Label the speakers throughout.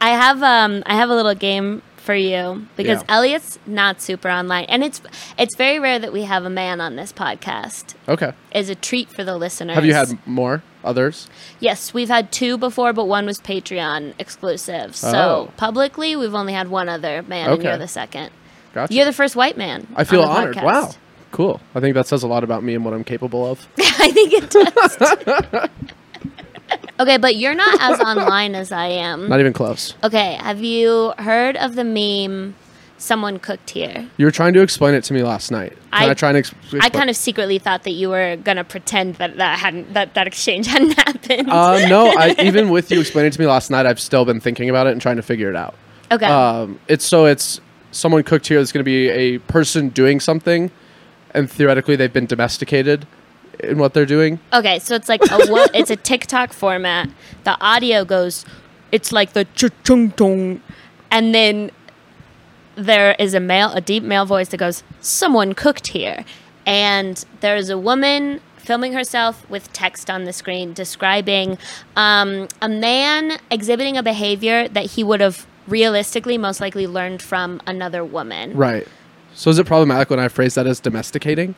Speaker 1: have um I have a little game for you because
Speaker 2: Yeah.
Speaker 1: Elliot's not super online, and it's it's very rare that we have a man on this podcast.
Speaker 2: Okay.
Speaker 1: Is a treat for the listeners.
Speaker 2: Have you had more others?
Speaker 1: Yes, we've had two before, but one was Patreon exclusive. So
Speaker 2: Oh.
Speaker 1: publicly, we've only had one other man, and you're
Speaker 2: Okay.
Speaker 1: the second.
Speaker 2: Gotcha.
Speaker 1: You're the first white man.
Speaker 2: I feel
Speaker 1: on the
Speaker 2: honored.
Speaker 1: podcast.
Speaker 2: Wow. Cool. I think that says a lot about me and what I'm capable of.
Speaker 1: I think it does. okay, but you're not as online as I am.
Speaker 2: Not even close.
Speaker 1: Okay, have you heard of the meme? Someone cooked here.
Speaker 2: You were trying to explain it to me last night. Can I,
Speaker 1: I-
Speaker 2: try and ex- explain?
Speaker 1: I kind of secretly thought that you were gonna pretend that that hadn't that that exchange hadn't happened.
Speaker 2: Uh, no, I, even with you explaining it to me last night, I've still been thinking about it and trying to figure it out.
Speaker 1: okay.
Speaker 2: Um, it's so it's someone cooked here. There's going to be a person doing something, and theoretically they've been domesticated in what they're doing.
Speaker 1: Okay, so it's like a wo- it's a TikTok format. The audio goes, it's like the chung dong, and then there is a male, a deep male voice that goes, "Someone cooked here," and there is a woman filming herself with text on the screen describing um, a man exhibiting a behavior that he would have realistically most likely learned from another woman.
Speaker 2: Right. So is it problematic when I phrase that as domesticating?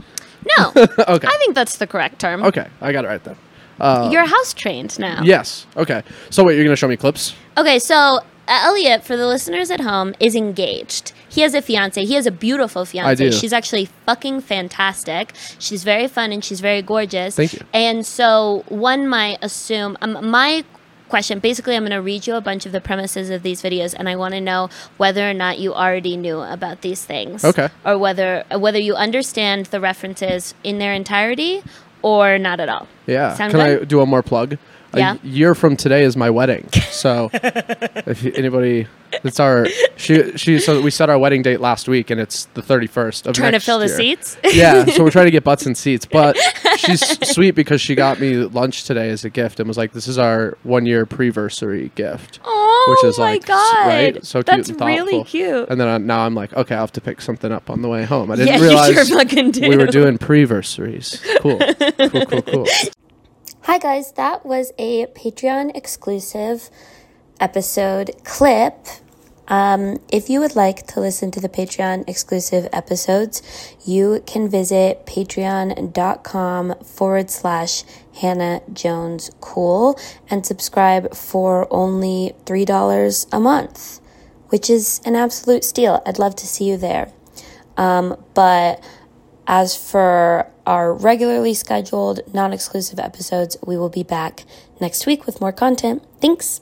Speaker 1: No,
Speaker 2: Okay.
Speaker 1: I think that's the correct term.
Speaker 2: okay, I got it right then.
Speaker 1: You're house trained now.
Speaker 2: Yes. Okay. So wait, you're going to show me clips?
Speaker 1: Okay, so uh, Elliot, for the listeners at home, is engaged. He has a fiance. He has a beautiful fiance.
Speaker 2: do.
Speaker 1: She's actually fucking fantastic. She's very fun and she's very gorgeous.
Speaker 2: Thank you.
Speaker 1: And so one might assume um, my question basically i'm going to read you a bunch of the premises of these videos and i want to know whether or not you already knew about these things
Speaker 2: Okay.
Speaker 1: or whether uh, whether you understand the references in their entirety or not at all
Speaker 2: Yeah.
Speaker 1: Sound
Speaker 2: Can
Speaker 1: good?
Speaker 2: I do one more plug?
Speaker 1: Yeah.
Speaker 2: A year from today is my wedding. So if you- anybody, it's our she she. So we set our wedding date last week, and it's the thirty first of
Speaker 1: trying to
Speaker 2: next
Speaker 1: fill the
Speaker 2: year.
Speaker 1: seats
Speaker 2: yeah, so we're trying to get butts and seats, but she's sweet because she got me lunch today as a gift and was like, "This is our one year preversary gift,"
Speaker 1: Oh
Speaker 2: which is
Speaker 1: my
Speaker 2: like s-
Speaker 1: god!
Speaker 2: right, so cute
Speaker 1: That's
Speaker 2: and thoughtful.
Speaker 1: really cute.
Speaker 2: And then I, now I'm like, okay, I'll have to pick something up on the way home. I didn't
Speaker 1: Yeah, you
Speaker 2: realize
Speaker 1: sure fucking
Speaker 2: we were
Speaker 1: do.
Speaker 2: doing preversaries. Cool, cool, cool, cool.
Speaker 1: Hi guys, that was a Patreon exclusive episode clip. Um, if you would like to listen to the Patreon exclusive episodes, you can visit patreon.com forward slash Hannah Jones Cool and subscribe for only $3 a month, which is an absolute steal. I'd love to see you there. Um, but as for our regularly scheduled, non exclusive episodes, we will be back next week with more content. Thanks.